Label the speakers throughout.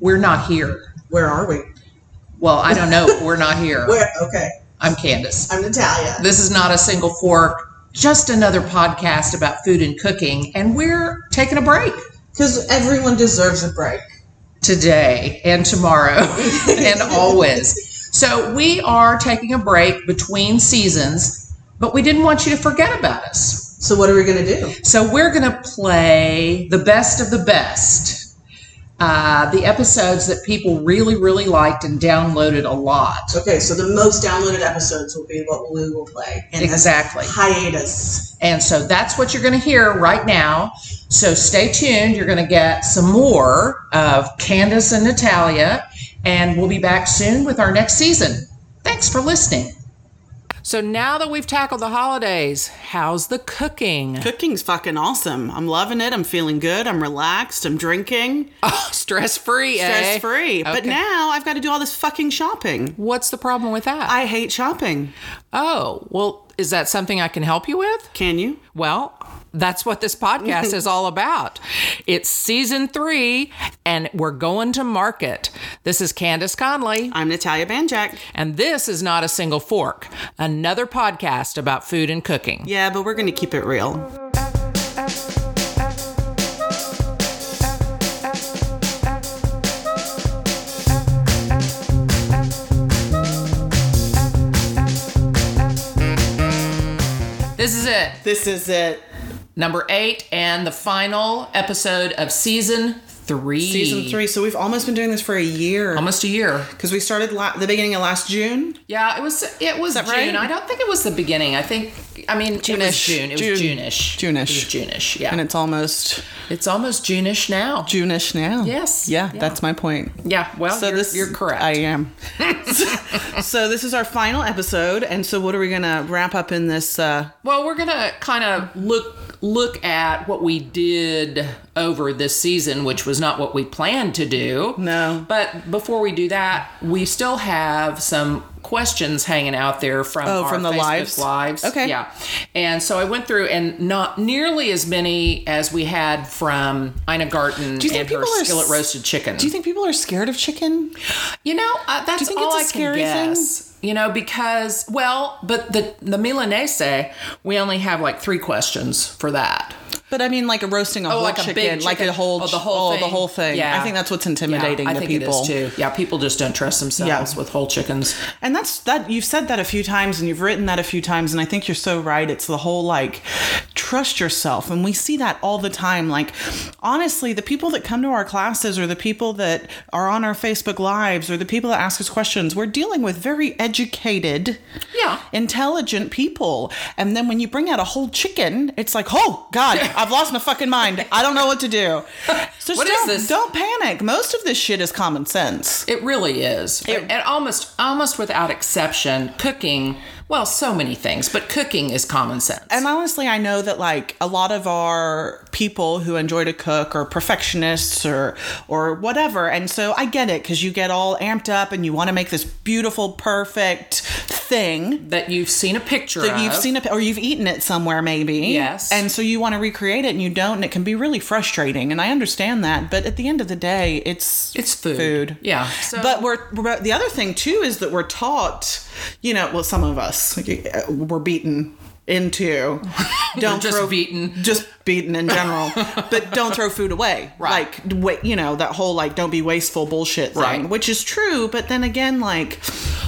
Speaker 1: We're not here.
Speaker 2: Where are we?
Speaker 1: Well, I don't know. We're not here.
Speaker 2: Where? Okay.
Speaker 1: I'm Candace.
Speaker 2: I'm Natalia.
Speaker 1: This is not a single fork, just another podcast about food and cooking. And we're taking a break
Speaker 2: Because everyone deserves a break.
Speaker 1: today and tomorrow and always. So we are taking a break between seasons, but we didn't want you to forget about us.
Speaker 2: So what are we going to do?
Speaker 1: So we're going to play the best of the best. Uh, the episodes that people really, really liked and downloaded a lot.
Speaker 2: Okay, so the most downloaded episodes will be what we will play in this
Speaker 1: Exactly.
Speaker 2: hiatus.
Speaker 1: And so that's what you're going to hear right now. So stay tuned. You're going to get some more of Candace and Natalia, and we'll be back soon with our next season. Thanks for listening. So now that we've tackled the holidays, how's the cooking?
Speaker 3: Cooking's fucking awesome. I'm loving it. I'm feeling good. I'm relaxed. I'm drinking.
Speaker 1: Oh, eh? stress free,
Speaker 3: Stress free. But
Speaker 1: Okay.
Speaker 3: now I've got to do all this fucking shopping.
Speaker 1: What's the problem with that?
Speaker 3: I hate shopping.
Speaker 1: Oh, well, is that something I can help you with?
Speaker 3: Can you?
Speaker 1: Well, that's what this podcast is all about. It's season three, and we're going to market. This is Candace Conley,
Speaker 3: I'm Natalia Banjak.
Speaker 1: and this is Not a Single Fork, another podcast about food and cooking.
Speaker 3: Yeah, but we're going to keep it real.
Speaker 1: This is it,
Speaker 3: This is it.
Speaker 1: number eight, and the final episode of season three.
Speaker 3: Season three. So we've almost been doing this for a year.
Speaker 1: Almost a year.
Speaker 3: Because we started la- the beginning of last June.
Speaker 1: Yeah, it was. It was
Speaker 3: that
Speaker 1: June.
Speaker 3: right?
Speaker 1: I don't think it was the beginning. I think. I mean, it was
Speaker 3: June-ish.
Speaker 1: June. It was
Speaker 3: June.
Speaker 1: June-ish.
Speaker 3: June-ish.
Speaker 1: It was June-ish. Yeah.
Speaker 3: And it's almost
Speaker 1: It's almost June-ish now.
Speaker 3: June-ish now.
Speaker 1: Yes.
Speaker 3: Yeah,
Speaker 1: Yeah.
Speaker 3: that's my point.
Speaker 1: Yeah. Well,
Speaker 3: So
Speaker 1: you're,
Speaker 3: this
Speaker 1: you're correct.
Speaker 3: I am. so this is our final episode, and so what are we gonna wrap up in this? Uh,
Speaker 1: well, we're gonna kind of look look at what we did over this season, which was not what we planned to do.
Speaker 3: No.
Speaker 1: But before we do that, we still have some questions hanging out there from
Speaker 3: Oh,
Speaker 1: our
Speaker 3: from the
Speaker 1: Facebook
Speaker 3: lives?
Speaker 1: lives.
Speaker 3: Okay.
Speaker 1: Yeah. And so I went through, and not nearly as many as we had from Ina Garten
Speaker 3: you think
Speaker 1: and her
Speaker 3: people are s-
Speaker 1: skillet roasted chicken.
Speaker 3: do you think people are scared of chicken?
Speaker 1: You know, uh, that's
Speaker 3: think
Speaker 1: all
Speaker 3: it's a
Speaker 1: I can
Speaker 3: scary thing?
Speaker 1: guess. You know, because well, but the the Milanese, we only have like three questions for that.
Speaker 3: But I mean, like a roasting a whole
Speaker 1: Oh, like a
Speaker 3: chicken,
Speaker 1: big
Speaker 3: like
Speaker 1: chicken.
Speaker 3: a whole,
Speaker 1: Oh, the whole
Speaker 3: oh,
Speaker 1: thing.
Speaker 3: the whole thing.
Speaker 1: Yeah.
Speaker 3: I think that's what's intimidating
Speaker 1: yeah, I
Speaker 3: to
Speaker 1: think
Speaker 3: people.
Speaker 1: it is too. Yeah, people just don't trust themselves
Speaker 3: Yeah.
Speaker 1: with whole chickens.
Speaker 3: And that's that. You've said that a few times, and you've written that a few times, and I think you're so right. It's the whole like, trust yourself, and we see that all the time. Like, honestly, the people that come to our classes, or the people that are on our Facebook lives, or the people that ask us questions, we're dealing with very educated,
Speaker 1: Yeah.
Speaker 3: intelligent people. And then when you bring out a whole chicken, it's like, oh God, I've lost my fucking mind. I don't know what to do. So just
Speaker 1: What is
Speaker 3: don't,
Speaker 1: this?
Speaker 3: don't panic. Most of this shit is common sense.
Speaker 1: It really is. and almost almost without exception, cooking, well, so many things, but cooking is common sense.
Speaker 3: And honestly, I know that like a lot of our people who enjoy to cook are perfectionists or or whatever, and so I get it because you get all amped up and you want to make this beautiful, perfect thing
Speaker 1: that you've seen a picture
Speaker 3: that
Speaker 1: of.
Speaker 3: you've seen it or you've eaten it somewhere maybe.
Speaker 1: Yes.
Speaker 3: and so you want to recreate it and you don't, and it can be really frustrating. And I understand that, but at the end of the day, it's
Speaker 1: It's food.
Speaker 3: Food.
Speaker 1: Yeah. So
Speaker 3: but we're, we're the other thing too is that we're taught, you know, well, some of us like, uh, we're beaten into don't
Speaker 1: just
Speaker 3: throw
Speaker 1: beaten.
Speaker 3: just beaten in general, but don't throw food away.
Speaker 1: Right.
Speaker 3: Like wait, you know that whole like don't be wasteful bullshit thing,
Speaker 1: Right.
Speaker 3: which is true. But then again, like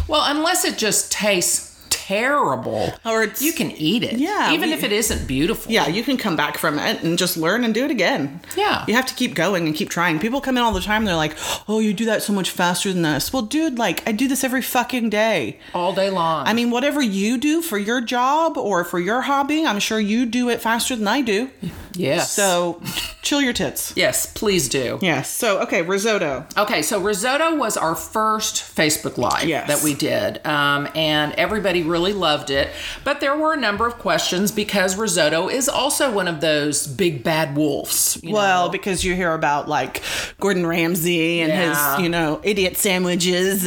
Speaker 1: Well, unless it just tastes terrible,
Speaker 3: Or it's-
Speaker 1: you can eat it.
Speaker 3: Yeah,
Speaker 1: even
Speaker 3: we-
Speaker 1: if it isn't beautiful.
Speaker 3: yeah, you can come back from it and just learn and do it again.
Speaker 1: Yeah.
Speaker 3: you have to keep going and keep trying. People come in all the time. They're like, oh, you do that so much faster than us. Well, dude, like I do this every fucking day.
Speaker 1: all day long.
Speaker 3: I mean, whatever you do for your job or for your hobby, I'm sure you do it faster than I do.
Speaker 1: yes.
Speaker 3: So chill your tits.
Speaker 1: yes, please do.
Speaker 3: Yes. So, okay, risotto.
Speaker 1: Okay, so risotto was our first Facebook Live
Speaker 3: Yes.
Speaker 1: that we did, um, and everybody really loved it. But there were a number of questions because risotto is also one of those big bad wolves. you know.
Speaker 3: Well, because you hear about like Gordon Ramsay and
Speaker 1: Yeah.
Speaker 3: his, you know, idiot sandwiches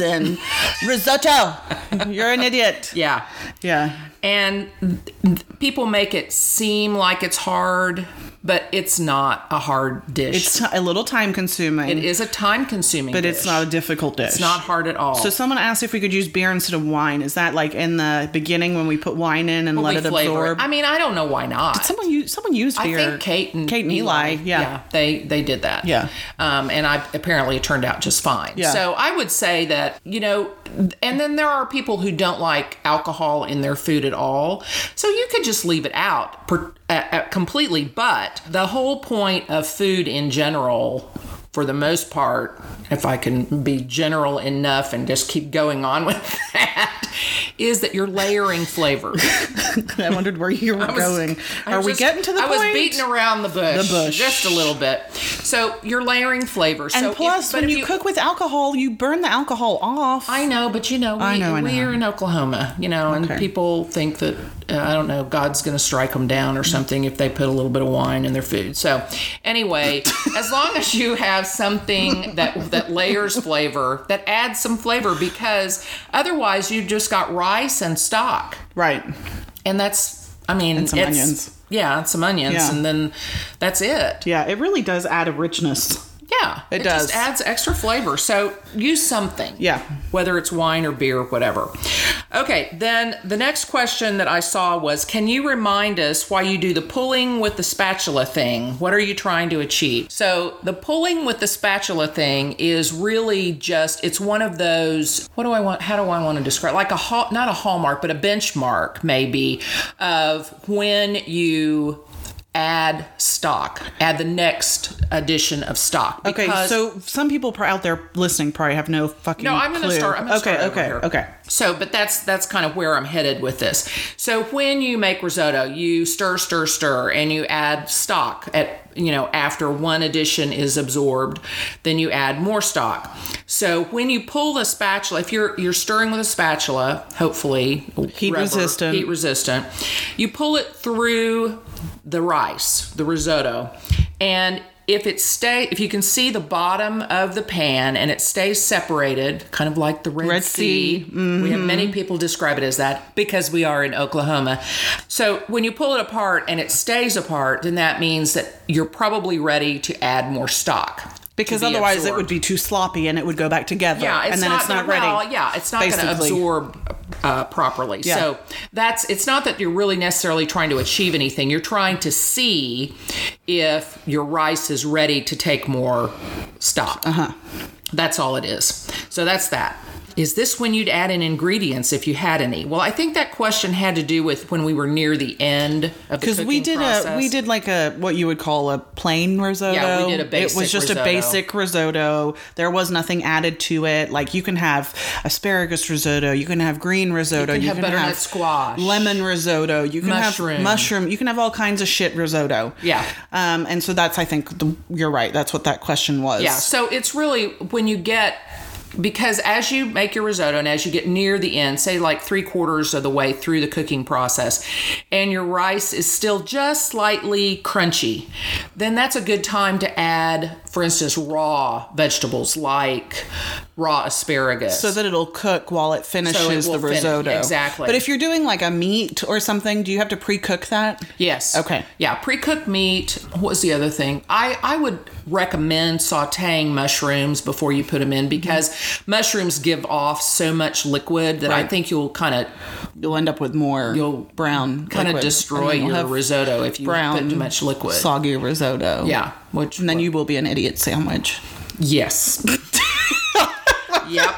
Speaker 3: and risotto. You're an idiot.
Speaker 1: yeah,
Speaker 3: Yeah.
Speaker 1: and th- th- people make it seem like it's hard. but it's not a hard dish.
Speaker 3: It's t- a little time consuming.
Speaker 1: it is a time consuming
Speaker 3: But it's not a difficult dish.
Speaker 1: It's not hard at all.
Speaker 3: So someone asked if we could use beer instead of wine. Is that like in the beginning when we put wine in and let
Speaker 1: We
Speaker 3: it
Speaker 1: flavor it.
Speaker 3: absorb?
Speaker 1: I mean, I don't know why not.
Speaker 3: someone used someone used
Speaker 1: I
Speaker 3: beer.
Speaker 1: think Kate and
Speaker 3: Kate and Eli. Yeah.
Speaker 1: they they did that.
Speaker 3: Yeah.
Speaker 1: um, and I apparently it turned out just fine.
Speaker 3: Yeah.
Speaker 1: So I would say that you know, and then there are people who don't like alcohol in their food at all, so you could just leave it out per, uh, uh, completely. But the whole point of food in general. For the most part, if I can be general enough and just keep going on with that, is that you're layering flavors.
Speaker 3: I wondered where you were
Speaker 1: was-
Speaker 3: going.
Speaker 1: I
Speaker 3: Are
Speaker 1: was
Speaker 3: we
Speaker 1: just-
Speaker 3: getting to the
Speaker 1: I
Speaker 3: point?
Speaker 1: was beating around the bush,
Speaker 3: The bush.
Speaker 1: just a little bit. So you're layering flavor.
Speaker 3: and
Speaker 1: so if-
Speaker 3: plus,
Speaker 1: but
Speaker 3: when
Speaker 1: if
Speaker 3: you, cook with alcohol, you burn the alcohol off.
Speaker 1: I know, but you know, we,
Speaker 3: I know, I know.
Speaker 1: we're in Oklahoma, you know, and
Speaker 3: Okay.
Speaker 1: people think that uh, I don't know, God's going to strike them down or something if they put a little bit of wine in their food. So, anyway, as long as you have something that that layers flavor, that adds some flavor, because otherwise you just got rice and stock.
Speaker 3: right.
Speaker 1: And that's, I mean,
Speaker 3: some
Speaker 1: it's-
Speaker 3: onions.
Speaker 1: Yeah, and some onions,
Speaker 3: Yeah.
Speaker 1: and then that's it.
Speaker 3: Yeah, it really does add a richness.
Speaker 1: Yeah,
Speaker 3: It does.
Speaker 1: just adds extra flavor. So use something.
Speaker 3: Yeah.
Speaker 1: Whether it's wine or beer, whatever. Okay, then the next question that I saw was Can you remind us why you do the pulling with the spatula thing? What are you trying to achieve? So, the pulling with the spatula thing is really just, it's one of those, what do I want? How do I want to describe? Like a, hall, not a hallmark, but a benchmark maybe of when you add stock, add the next edition of stock.
Speaker 3: Okay,
Speaker 1: because-
Speaker 3: so some people pro- out there listening probably have no fucking.
Speaker 1: no, I'm going to
Speaker 3: clue.
Speaker 1: start. I'm gonna
Speaker 3: okay,
Speaker 1: start over
Speaker 3: okay,
Speaker 1: here.
Speaker 3: okay.
Speaker 1: So, but that's that's kind of where I'm headed with this. So, when you make risotto, you stir, stir, stir, and you add stock at you know after one addition is absorbed, then you add more stock. So, when you pull the spatula, if you're you're stirring with a spatula, hopefully
Speaker 3: Heat resistant.
Speaker 1: heat resistant, you pull it through the rice, the risotto, and if it stay if you can see the bottom of the pan and it stays separated kind of like the red,
Speaker 3: Red Sea.
Speaker 1: we have many people describe it as that because we are in Oklahoma. So when you pull it apart and it stays apart, then that means that you're probably ready to add more stock.
Speaker 3: Because
Speaker 1: be
Speaker 3: otherwise it
Speaker 1: absorbed.
Speaker 3: would be too sloppy and it would go back together.
Speaker 1: Yeah, it's
Speaker 3: and then
Speaker 1: not,
Speaker 3: it's not ready.
Speaker 1: well, Yeah, it's not going to
Speaker 3: basically.
Speaker 1: absorb uh, properly.
Speaker 3: Yeah.
Speaker 1: So that's it's not that you're really necessarily trying to achieve anything. You're trying to see if your rice is ready to take more stock. Uh
Speaker 3: Uh-huh.
Speaker 1: huh. That's all it is. So that's that. Is this when you'd add in ingredients if you had any? Well, I think that question had to do with when we were near the end of the
Speaker 3: because we
Speaker 1: cooking
Speaker 3: did a
Speaker 1: process.
Speaker 3: we did like a what you would call a plain risotto.
Speaker 1: Yeah, we did a
Speaker 3: It
Speaker 1: basic
Speaker 3: was just
Speaker 1: risotto.
Speaker 3: a basic risotto. There was nothing added to it. Like you can have asparagus risotto, you can have green risotto,
Speaker 1: You can have butternut squash.
Speaker 3: lemon risotto, you can
Speaker 1: Mushroom.
Speaker 3: have mushroom, you can have all kinds of shit risotto.
Speaker 1: Yeah.
Speaker 3: Um, and so that's I think the, you're right. That's what that question was.
Speaker 1: Yeah. So it's really when you get because as you make your risotto and as you get near the end, say like three quarters of the way through the cooking process, and your rice is still just slightly crunchy, then that's a good time to add, for instance, raw vegetables like raw asparagus.
Speaker 3: so that it'll cook while it finishes
Speaker 1: will
Speaker 3: the
Speaker 1: finish,
Speaker 3: risotto.
Speaker 1: exactly.
Speaker 3: But if you're doing like a meat or something, do you have to pre-cook that?
Speaker 1: Yes.
Speaker 3: Okay.
Speaker 1: Yeah, pre-cooked meat. What was the other thing? I I would recommend sautéing mushrooms before you put them in because mushrooms give off so much liquid that I
Speaker 3: Right.
Speaker 1: think you'll kind of
Speaker 3: You'll end up with more
Speaker 1: You'll
Speaker 3: brown
Speaker 1: kind of
Speaker 3: liquid.
Speaker 1: destroy
Speaker 3: And then you'll
Speaker 1: your
Speaker 3: have
Speaker 1: risotto if you put
Speaker 3: brown
Speaker 1: too much liquid.
Speaker 3: soggy risotto.
Speaker 1: yeah, which
Speaker 3: And then you will be an idiot sandwich.
Speaker 1: yes. yep.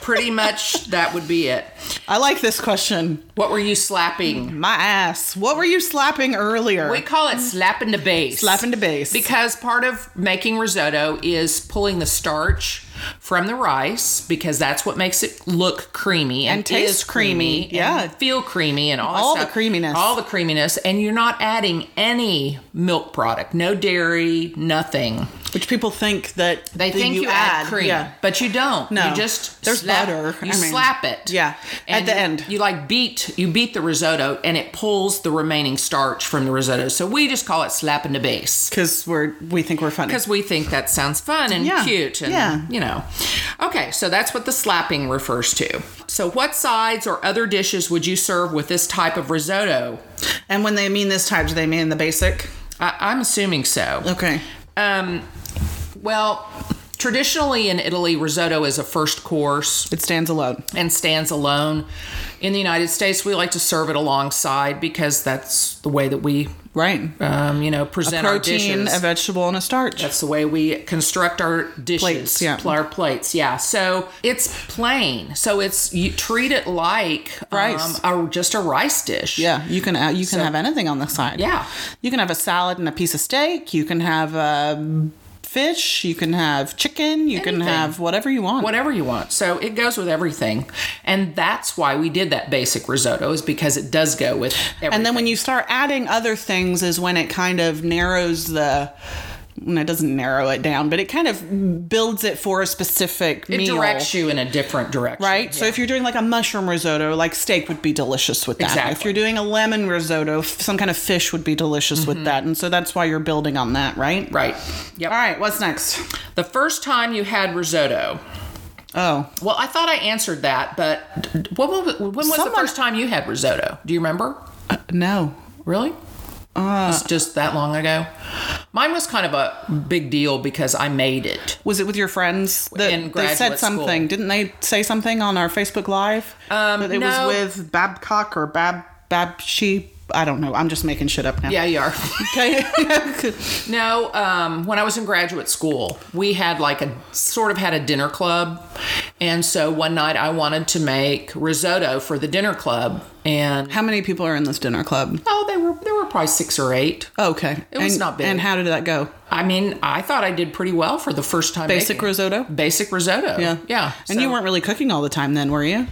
Speaker 1: Pretty much that would be it.
Speaker 3: I like this question.
Speaker 1: What were you slapping?
Speaker 3: My ass. What were you slapping earlier?
Speaker 1: We call it slapping the base.
Speaker 3: slapping to base.
Speaker 1: Because part of making risotto is pulling the starch from the rice because that's what makes it look creamy and,
Speaker 3: And taste
Speaker 1: is creamy,
Speaker 3: creamy, yeah.
Speaker 1: and feel creamy and all, that
Speaker 3: All the
Speaker 1: stuff.
Speaker 3: creaminess.
Speaker 1: all the creaminess and you're not adding any milk product no dairy nothing
Speaker 3: Which people think that
Speaker 1: they
Speaker 3: that
Speaker 1: think you, add, cream
Speaker 3: Yeah.
Speaker 1: but you don't
Speaker 3: No.
Speaker 1: you just
Speaker 3: There's
Speaker 1: slap,
Speaker 3: butter.
Speaker 1: you
Speaker 3: I mean,
Speaker 1: slap it
Speaker 3: yeah. At the
Speaker 1: you-
Speaker 3: end.
Speaker 1: you like beat you beat the risotto and it pulls the remaining starch from the risotto so we just call it slapping the base
Speaker 3: Because we're we think we're funny.
Speaker 1: because we think that sounds fun and
Speaker 3: Yeah.
Speaker 1: cute and
Speaker 3: Yeah.
Speaker 1: you know okay so that's what the slapping refers to so what sides or other dishes would you serve with this type of risotto
Speaker 3: And when they mean this type, do they mean the basic?
Speaker 1: I, I'm assuming so.
Speaker 3: Okay.
Speaker 1: Um, well, traditionally in Italy, risotto is a first course
Speaker 3: It stands alone.
Speaker 1: and stands alone. In the United States, we like to serve it alongside because that's the way that we,
Speaker 3: Right.
Speaker 1: um, you know, present our
Speaker 3: Protein,
Speaker 1: dishes.
Speaker 3: a vegetable, and a starch.
Speaker 1: That's the way we construct our dishes,
Speaker 3: Plates, yeah.
Speaker 1: pl- our plates. Yeah. So it's plain. So it's you treat it like
Speaker 3: Rice.
Speaker 1: um, a, just a rice dish.
Speaker 3: yeah, you can add, you can have anything on the side.
Speaker 1: Yeah.
Speaker 3: You can have a salad and a piece of steak. You can have um, fish. You can have chicken. You
Speaker 1: Anything.
Speaker 3: can have whatever you want.
Speaker 1: Whatever you want. So it goes with everything, and that's why we did that basic risotto is because it does go with. Everything.
Speaker 3: And then when you start adding other things, is when it kind of narrows the. And it doesn't narrow it down, but it kind of builds it for a specific
Speaker 1: it
Speaker 3: meal.
Speaker 1: directs you in a different direction,
Speaker 3: Right? So if you're doing like a mushroom risotto, like steak would be delicious with that. If
Speaker 1: Exactly.
Speaker 3: you're doing a lemon risotto, f- some kind of fish would be delicious with that. And so that's why you're building on that, right?
Speaker 1: Right. Mm-hmm. Yep.
Speaker 3: All right, what's next?
Speaker 1: The first time you had risotto.
Speaker 3: Oh,
Speaker 1: Well, I thought I answered that, but d- d- when, was- when was the
Speaker 3: Someone-
Speaker 1: first time you had risotto? Do you remember?
Speaker 3: no.
Speaker 1: Really?
Speaker 3: Uh,
Speaker 1: it's just that long ago. Mine was kind of a big deal because I made it.
Speaker 3: Was it with your friends? That
Speaker 1: In
Speaker 3: they said
Speaker 1: graduate
Speaker 3: something.
Speaker 1: school.
Speaker 3: Didn't they say something on our Facebook Live? Um, that it
Speaker 1: no.
Speaker 3: was with Babcock or Bab Babshi. I don't know. I'm just making shit up now.
Speaker 1: Yeah, you are.
Speaker 3: Okay.
Speaker 1: no, um, when I was in graduate school, we had like a sort of had a dinner club, and so one night I wanted to make risotto for the dinner club, and
Speaker 3: How many people are in this dinner club?
Speaker 1: oh, they were there were probably six or eight.
Speaker 3: Okay. It
Speaker 1: was
Speaker 3: and,
Speaker 1: not big.
Speaker 3: And how did that go?
Speaker 1: I mean, I thought I did pretty well for the first time.
Speaker 3: Basic
Speaker 1: making it.
Speaker 3: risotto.
Speaker 1: Basic risotto.
Speaker 3: Yeah.
Speaker 1: yeah.
Speaker 3: And you
Speaker 1: so-
Speaker 3: weren't really cooking all the time then, were you?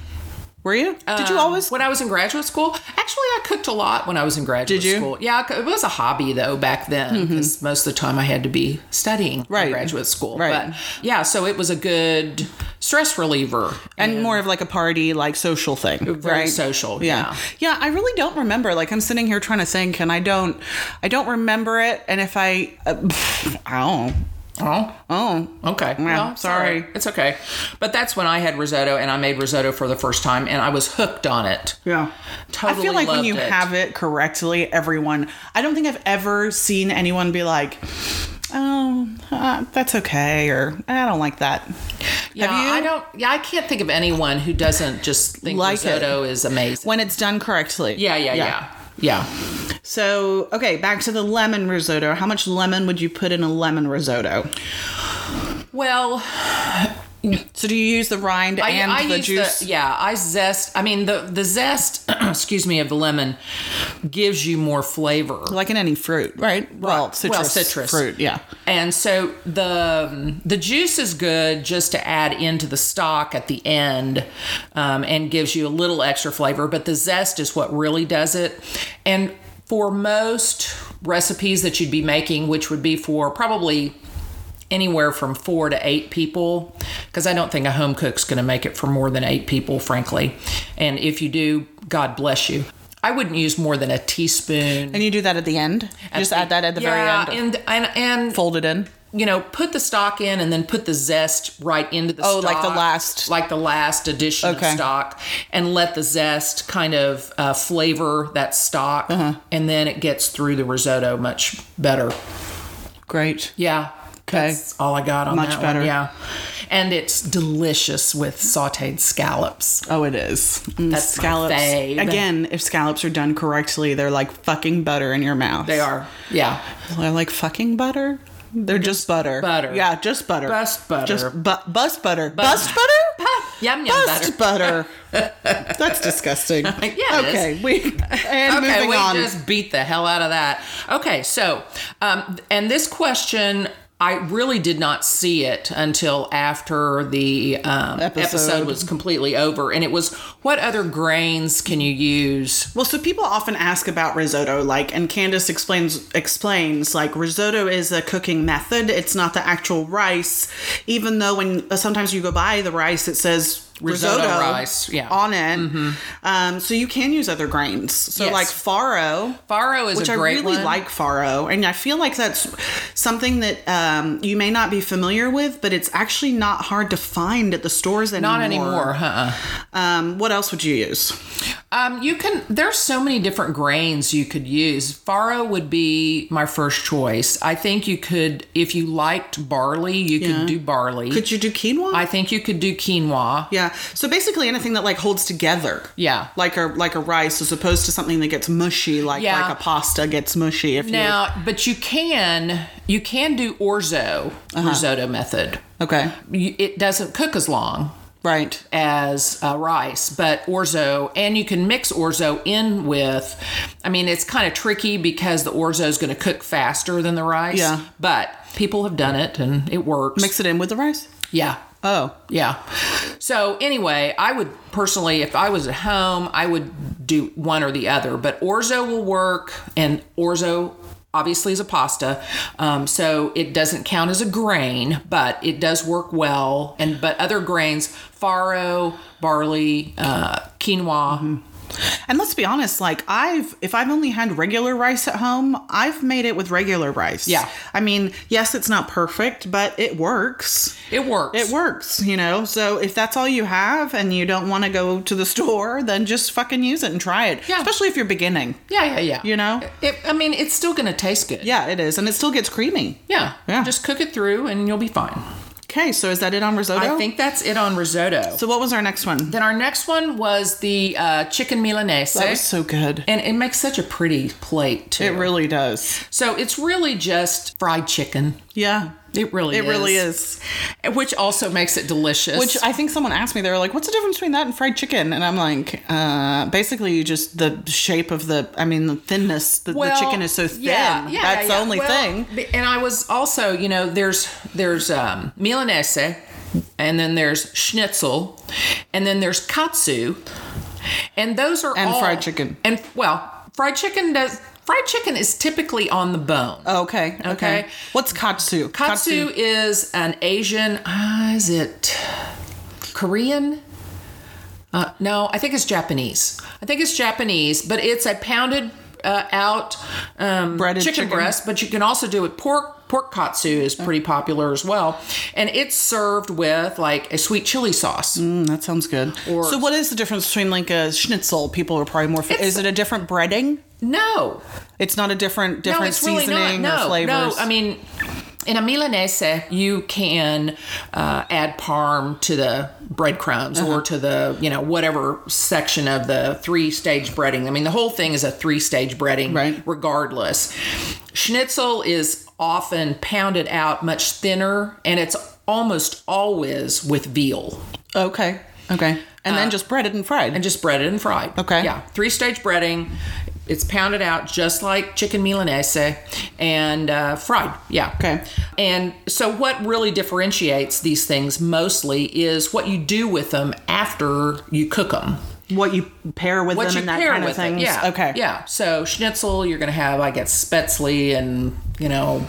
Speaker 3: Were you? did you
Speaker 1: Um,
Speaker 3: always?
Speaker 1: when I was in graduate school? Actually, I cooked a lot when I was in graduate
Speaker 3: Did you? Mm-hmm.
Speaker 1: school. Yeah, I coo- it was a hobby though back then because most of the time I had to be studying for
Speaker 3: Right.
Speaker 1: graduate school.
Speaker 3: Right.
Speaker 1: But yeah, so it was a good stress reliever.
Speaker 3: and more of like a party, like social thing,
Speaker 1: Very
Speaker 3: right?
Speaker 1: social.
Speaker 3: yeah. yeah, I really don't remember. Like I'm sitting here trying to think, and I don't, I don't remember it. And if I, uh, I don't.
Speaker 1: yeah. Oh.
Speaker 3: Oh,
Speaker 1: Okay. well,
Speaker 3: sorry.
Speaker 1: sorry. It's okay. But that's when I had risotto and I made risotto for the first time and I was hooked on it.
Speaker 3: yeah.
Speaker 1: Totally
Speaker 3: I feel like when
Speaker 1: loved
Speaker 3: you
Speaker 1: it.
Speaker 3: have it correctly, everyone. I don't think I've ever seen anyone be like, "Oh, uh, that's okay," or "I don't like that."
Speaker 1: yeah,
Speaker 3: you?
Speaker 1: I don't yeah, I can't think of anyone who doesn't just think
Speaker 3: Like it.
Speaker 1: risotto is amazing.
Speaker 3: When it's done correctly.
Speaker 1: yeah, yeah, yeah. Yeah.
Speaker 3: So, okay, back to the lemon risotto. How much lemon would you put in a lemon risotto?
Speaker 1: Well,
Speaker 3: So, do you use the rind and the
Speaker 1: use
Speaker 3: juice?
Speaker 1: yeah, I zest. I mean, the the zest, excuse me, of the lemon gives you more flavor.
Speaker 3: like in any fruit, right? Well, citrus,
Speaker 1: Well, citrus.
Speaker 3: fruit, yeah.
Speaker 1: And so the um, the juice is good just to add into the stock at the end, um, and gives you a little extra flavor. But the zest is what really does it. And for most recipes that you'd be making, which would be for probably anywhere from four to eight people, because I don't think a home cook's going to make it for more than eight people, frankly. And if you do, God bless you. I wouldn't use more than a teaspoon.
Speaker 3: And you do that at the end. Just add that at the
Speaker 1: yeah,
Speaker 3: very end.
Speaker 1: and and and
Speaker 3: fold it in.
Speaker 1: you know, put the stock in and then put the zest right into the
Speaker 3: Oh,
Speaker 1: stock.
Speaker 3: like the last-
Speaker 1: Like the last addition
Speaker 3: Okay.
Speaker 1: of stock. And let the zest kind of uh, flavor that stock.
Speaker 3: Uh-huh.
Speaker 1: And then it gets through the risotto much better.
Speaker 3: Great.
Speaker 1: Yeah.
Speaker 3: Okay.
Speaker 1: That's all I got on
Speaker 3: Much
Speaker 1: that
Speaker 3: better.
Speaker 1: one. Yeah. And it's delicious with sauteed scallops.
Speaker 3: Oh, it is. Mm,
Speaker 1: That's my fave.
Speaker 3: Again, if scallops are done correctly, they're like fucking butter in your mouth.
Speaker 1: They are. Yeah.
Speaker 3: They're like fucking butter. They're just butter.
Speaker 1: butter.
Speaker 3: Yeah, just butter.
Speaker 1: Bust butter.
Speaker 3: Just bu- bust butter. Bust butter?
Speaker 1: Yum yum butter.
Speaker 3: Bust butter. That's disgusting.
Speaker 1: it is.
Speaker 3: okay, we and
Speaker 1: okay,
Speaker 3: moving
Speaker 1: we
Speaker 3: on.
Speaker 1: just beat the hell out of that. Okay, so um, and this question. I really did not see it until after the um,
Speaker 3: Episode.
Speaker 1: episode. was completely over, and it was what other grains can you use?
Speaker 3: Well, so people often ask about risotto, like, and Candace explains explains like risotto is a cooking method. It's not the actual rice, even though when uh, sometimes you go buy the rice, it says risotto,
Speaker 1: Risotto rice, yeah. Mm-hmm.
Speaker 3: on it. Um, so you can use other grains. So
Speaker 1: Yes.
Speaker 3: like farro,
Speaker 1: Farro is
Speaker 3: which
Speaker 1: a
Speaker 3: I
Speaker 1: great
Speaker 3: really
Speaker 1: one.
Speaker 3: like farro, and I feel like that's something that um, you may not be familiar with, but it's actually not hard to find at the stores anymore.
Speaker 1: Not anymore, huh?
Speaker 3: Um, what else would you use?
Speaker 1: Um, you can. There's so many different grains you could use. Faro would be my first choice. I think you could, if you liked barley, you
Speaker 3: Yeah.
Speaker 1: could do barley.
Speaker 3: Could you do quinoa?
Speaker 1: I think you could do quinoa.
Speaker 3: yeah. So basically anything that like holds together.
Speaker 1: Yeah.
Speaker 3: Like a like a rice as opposed to something that gets mushy like
Speaker 1: Yeah.
Speaker 3: like a pasta gets mushy if
Speaker 1: Now, but you can you can do orzo
Speaker 3: Uh-huh.
Speaker 1: risotto method.
Speaker 3: you Okay.
Speaker 1: You- It doesn't cook as long
Speaker 3: Right.
Speaker 1: as uh, rice, but orzo, and you can mix orzo in with. I mean, it's kind of tricky because the orzo is going to cook faster than the rice.
Speaker 3: Yeah.
Speaker 1: but people have done it and it works.
Speaker 3: Mix it in with the rice?
Speaker 1: yeah.
Speaker 3: Oh.
Speaker 1: Yeah. So anyway, I would personally, if I was at home, I would do one or the other. But orzo will work, and orzo obviously is a pasta, um, so it doesn't count as a grain, but it does work well. And but other grains, farro, barley, uh, quinoa.
Speaker 3: And let's be honest, like I've if I've only had regular rice at home, I've made it with regular rice.
Speaker 1: Yeah.
Speaker 3: I mean, yes, it's not perfect, but it works.
Speaker 1: It works.
Speaker 3: Mm-hmm. It works, you know. So if that's all you have and you don't want to go to the store, then just fucking use it and try it.
Speaker 1: Yeah.
Speaker 3: Especially if you're beginning.
Speaker 1: Yeah, yeah, yeah.
Speaker 3: You know?
Speaker 1: it, I mean, it's still going to taste good.
Speaker 3: Yeah, it is. And it still gets creamy.
Speaker 1: yeah,
Speaker 3: Yeah.
Speaker 1: Just cook it through, and you'll be fine.
Speaker 3: Okay, so is that it on risotto?
Speaker 1: I think that's it on risotto.
Speaker 3: So what was our next one?
Speaker 1: Then our next one was the uh, chicken milanese.
Speaker 3: That was so good.
Speaker 1: and it makes such a pretty plate too.
Speaker 3: It really does.
Speaker 1: so it's really just fried chicken.
Speaker 3: Yeah.
Speaker 1: It really
Speaker 3: It
Speaker 1: is.
Speaker 3: really is.
Speaker 1: Which also makes it delicious.
Speaker 3: Which I think someone asked me, they were like, what's the difference between that and fried chicken? And I'm like, uh, basically, you just, the shape of the, I mean, the thinness, the, the chicken is so thin. That's the only
Speaker 1: Well,
Speaker 3: thing.
Speaker 1: b- And I was also, you know, there's there's um, milanese, and then there's schnitzel, and then there's katsu, and those are
Speaker 3: And
Speaker 1: all-
Speaker 3: fried chicken.
Speaker 1: And well, fried chicken does. Fried chicken is typically on the bone.
Speaker 3: Okay. Okay.
Speaker 1: Okay.
Speaker 3: What's katsu?
Speaker 1: Katsu, is an Asian. Uh, is it Korean? Uh, no, I think it's Japanese. I think it's Japanese, but it's a pounded uh, out um,
Speaker 3: Breaded
Speaker 1: chicken,
Speaker 3: chicken.
Speaker 1: breast. But you can also do it pork. Pork katsu is pretty popular as well, and it's served with like a sweet chili sauce.
Speaker 3: Mm, that sounds good.
Speaker 1: Or-
Speaker 3: so, what is the difference between like a schnitzel? People are probably more. F-
Speaker 1: It's-
Speaker 3: is it a different breading?
Speaker 1: No,
Speaker 3: It's not a different different
Speaker 1: no, it's really
Speaker 3: seasoning
Speaker 1: not. No,
Speaker 3: or
Speaker 1: no.
Speaker 3: flavors.
Speaker 1: I mean, in a Milanese, you can uh, add parm to the breadcrumbs
Speaker 3: Uh-huh.
Speaker 1: or to the you know whatever section of the three stage breading. I mean, the whole thing is a three stage breading,
Speaker 3: Right.
Speaker 1: regardless. Schnitzel is often pounded out much thinner, and it's almost always with veal
Speaker 3: okay, okay, and then just breaded and fried.
Speaker 1: Uh, and just breaded and fried.
Speaker 3: Okay.
Speaker 1: Yeah. Three stage breading. It's pounded out just like chicken milanese and uh, fried. Yeah.
Speaker 3: Okay.
Speaker 1: And so, what really differentiates these things mostly is what you do with them after you cook them.
Speaker 3: what you pair with
Speaker 1: What
Speaker 3: them
Speaker 1: you
Speaker 3: and that
Speaker 1: pair
Speaker 3: kind
Speaker 1: with
Speaker 3: of thing.
Speaker 1: it. Yeah.
Speaker 3: Okay.
Speaker 1: Yeah. So schnitzel, you're going to have, I guess, spätzle and you know,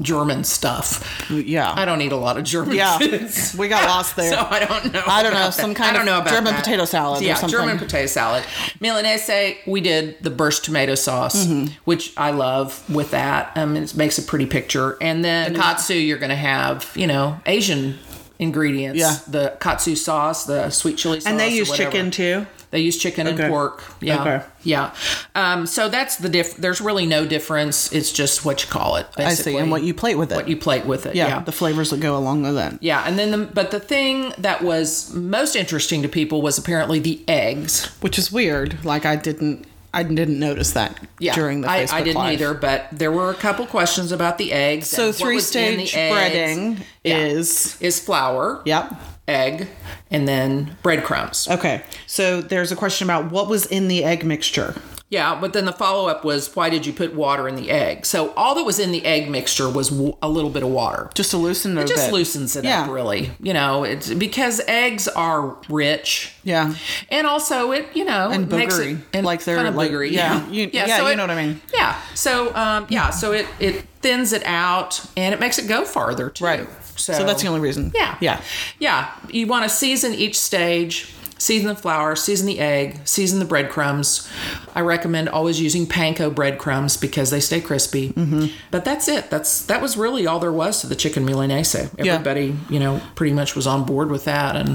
Speaker 1: German stuff.
Speaker 3: Yeah.
Speaker 1: I don't eat a lot of German
Speaker 3: Yeah.
Speaker 1: foods.
Speaker 3: We got lost there.
Speaker 1: So I don't know.
Speaker 3: I don't know,
Speaker 1: about
Speaker 3: some
Speaker 1: that.
Speaker 3: kind
Speaker 1: I don't
Speaker 3: of
Speaker 1: know about
Speaker 3: German
Speaker 1: that.
Speaker 3: potato salad or
Speaker 1: Yeah,
Speaker 3: something.
Speaker 1: German potato salad. Milanese, we did the burst tomato sauce,
Speaker 3: Mm-hmm.
Speaker 1: which I love with that. Um, it makes a pretty picture. And then katsu, you're going to have you know Asian ingredients.
Speaker 3: Yeah.
Speaker 1: the katsu sauce, the sweet chili sauce,
Speaker 3: and they
Speaker 1: or
Speaker 3: use
Speaker 1: whatever.
Speaker 3: chicken too.
Speaker 1: They use chicken
Speaker 3: Okay.
Speaker 1: and pork. Yeah,
Speaker 3: Okay.
Speaker 1: yeah. Um, so that's the diff. There's really no difference. It's just what you call it. Basically.
Speaker 3: I see, and what you plate with it.
Speaker 1: what you plate with it.
Speaker 3: yeah,
Speaker 1: yeah.
Speaker 3: the flavors that go along with it.
Speaker 1: Yeah, and then the, but the thing that was most interesting to people was apparently the eggs.
Speaker 3: Which is weird. Like I didn't, I didn't notice that
Speaker 1: Yeah,
Speaker 3: during the
Speaker 1: I,
Speaker 3: Facebook
Speaker 1: I didn't
Speaker 3: Live.
Speaker 1: either, but there were a couple questions about the eggs. and
Speaker 3: So
Speaker 1: what
Speaker 3: three
Speaker 1: was in the
Speaker 3: stage
Speaker 1: eggs.
Speaker 3: breading
Speaker 1: Yeah.
Speaker 3: is
Speaker 1: is flour,
Speaker 3: yep.
Speaker 1: egg, and then breadcrumbs.
Speaker 3: Okay. So there's a question about what was in the egg mixture.
Speaker 1: Yeah, but then the follow up was why did you put water in the egg? So all that was in the egg mixture was w- a little bit of water.
Speaker 3: Just to loosen it. a
Speaker 1: It just
Speaker 3: bit.
Speaker 1: loosens it
Speaker 3: Yeah.
Speaker 1: up, really. You know, it's because eggs are rich.
Speaker 3: Yeah.
Speaker 1: And also, it you know
Speaker 3: And
Speaker 1: it makes
Speaker 3: boogery.
Speaker 1: it, and
Speaker 3: Like they're
Speaker 1: kind of
Speaker 3: like-
Speaker 1: boogery.
Speaker 3: yeah.
Speaker 1: Yeah,
Speaker 3: You- yeah, you
Speaker 1: it-
Speaker 3: know what I mean.
Speaker 1: Yeah. So um, yeah, so it it thins it out and it makes it go farther too.
Speaker 3: Right.
Speaker 1: So,
Speaker 3: so that's the only reason.
Speaker 1: Yeah.
Speaker 3: Yeah.
Speaker 1: Yeah. You want to season each stage. Season the flour, season the egg, season the breadcrumbs. I recommend always using panko breadcrumbs because they stay crispy.
Speaker 3: Mm-hmm.
Speaker 1: But that's it. That's that was really all there was to the chicken milanese. Everybody, you know, pretty much was on board with that, and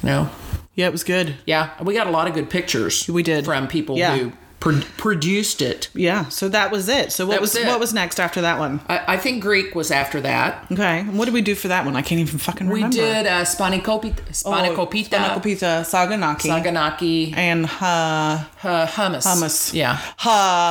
Speaker 1: you know,
Speaker 3: Yeah, it was good.
Speaker 1: Yeah, we got a lot of good pictures.
Speaker 3: We did.
Speaker 1: from people
Speaker 3: Yeah.
Speaker 1: who pro- produced it.
Speaker 3: Yeah. So that was it. So what
Speaker 1: That
Speaker 3: was,
Speaker 1: was it.
Speaker 3: what was next after that one?
Speaker 1: I, I think Greek was after that.
Speaker 3: Okay. What did we do for that one? I can't even fucking
Speaker 1: We
Speaker 3: remember. Oh,
Speaker 1: did uh, spanakopita, spanakopita,
Speaker 3: Spanakopita, saganaki,
Speaker 1: saganaki,
Speaker 3: and uh,
Speaker 1: uh, hummus,
Speaker 3: Hummus.
Speaker 1: Yeah,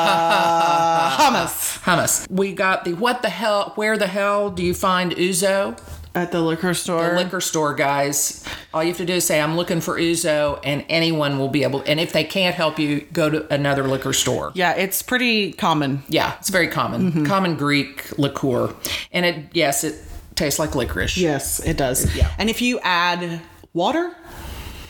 Speaker 3: ha- hummus
Speaker 1: hummus. We got the what the hell? Where the hell do you find Uzo?
Speaker 3: at the liquor
Speaker 1: The
Speaker 3: store.
Speaker 1: liquor store, guys. All you have to do is say, "I'm looking for Uzo," and anyone will be able. And if they can't help you, go to another liquor store.
Speaker 3: yeah, it's pretty common.
Speaker 1: Yeah, it's very common.
Speaker 3: Mm-hmm.
Speaker 1: Common Greek liqueur, and it yes, it tastes like licorice.
Speaker 3: Yes, it does.
Speaker 1: Yeah.
Speaker 3: And if you add water,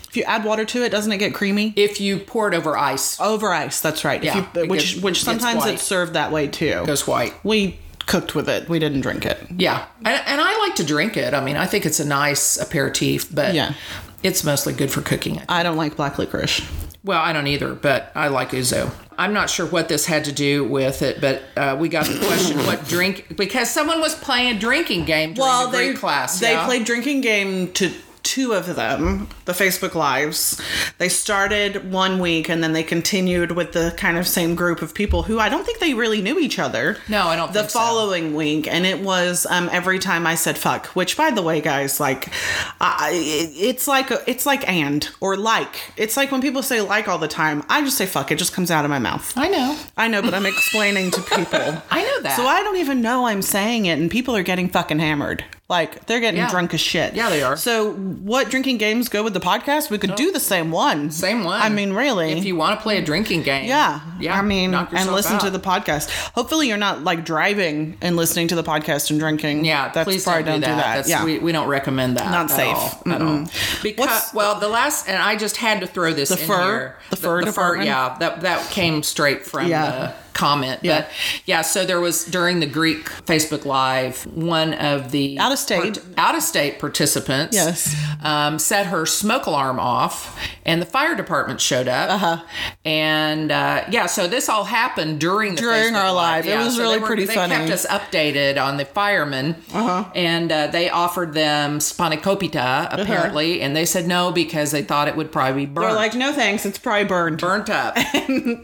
Speaker 3: if you add water to it, doesn't it get creamy?
Speaker 1: If you pour it over ice, it
Speaker 3: Over ice, that's right. If
Speaker 1: Yeah,
Speaker 3: you-
Speaker 1: it
Speaker 3: which
Speaker 1: gets-
Speaker 3: which
Speaker 1: it gets
Speaker 3: sometimes
Speaker 1: white.
Speaker 3: it's served that way too.
Speaker 1: goes white.
Speaker 3: we cooked with it. We didn't drink it.
Speaker 1: Yeah, and, and I like to drink it. I mean, I think it's a nice aperitif, but
Speaker 3: Yeah.
Speaker 1: it's mostly good for cooking.
Speaker 3: I don't like black licorice.
Speaker 1: Well, I don't either, but I like Uzo. I'm not sure what this had to do with it, but uh, we got the question: what drink? Because someone was playing a drinking game during the Greek class.
Speaker 3: They
Speaker 1: yeah?
Speaker 3: played drinking game to two of them, the Facebook Lives. They started one week and then they continued with the kind of same group of people who I don't think they really knew each other.
Speaker 1: No, I don't
Speaker 3: The
Speaker 1: think so.
Speaker 3: following week, and it was um, every time I said "fuck," which, by the way, guys, like, I, it- it's like it's like and or like. It's like when people say like all the time. I just say fuck. It just comes out of my mouth.
Speaker 1: I know,
Speaker 3: I know, but I'm explaining to people.
Speaker 1: I know that.
Speaker 3: So I don't even know I'm saying it, and people are getting fucking hammered. Like they're getting
Speaker 1: Yeah.
Speaker 3: drunk as shit.
Speaker 1: Yeah, they are.
Speaker 3: So what drinking games go with the podcast? We could do the same one.
Speaker 1: same one.
Speaker 3: I mean, really.
Speaker 1: if you want to play a drinking game,
Speaker 3: yeah.
Speaker 1: yeah.
Speaker 3: I mean,
Speaker 1: knock
Speaker 3: and
Speaker 1: yourself
Speaker 3: listen to
Speaker 1: out.
Speaker 3: the podcast. Hopefully, you're not like driving and listening to the podcast and drinking.
Speaker 1: Yeah,
Speaker 3: that's
Speaker 1: please
Speaker 3: probably
Speaker 1: don't do that. That's,
Speaker 3: yeah.
Speaker 1: we, we don't recommend that. at
Speaker 3: Not safe.
Speaker 1: all, at all. Because
Speaker 3: What's-
Speaker 1: well, the last and I just had to throw this in
Speaker 3: fur?
Speaker 1: here.
Speaker 3: The fur department?
Speaker 1: Yeah, that that came straight from
Speaker 3: Yeah.
Speaker 1: the comment.
Speaker 3: Yeah.
Speaker 1: But yeah, so there was during the Greek Facebook Live, one of the
Speaker 3: Out of state.
Speaker 1: out of state participants,
Speaker 3: Yes.
Speaker 1: um, set her smoke alarm off, and the fire department showed up. Uh-huh. And uh, yeah, so this all happened during the
Speaker 3: During
Speaker 1: Facebook
Speaker 3: our live. It
Speaker 1: Yeah,
Speaker 3: was
Speaker 1: so they
Speaker 3: really
Speaker 1: were-
Speaker 3: pretty
Speaker 1: they
Speaker 3: funny.
Speaker 1: kept us us updated on the firemen,
Speaker 3: Uh-huh.
Speaker 1: and uh, they offered them spanakopita apparently, and they said no because they thought it would probably be burnt,
Speaker 3: They're like, no thanks. It's probably burned.
Speaker 1: burnt up.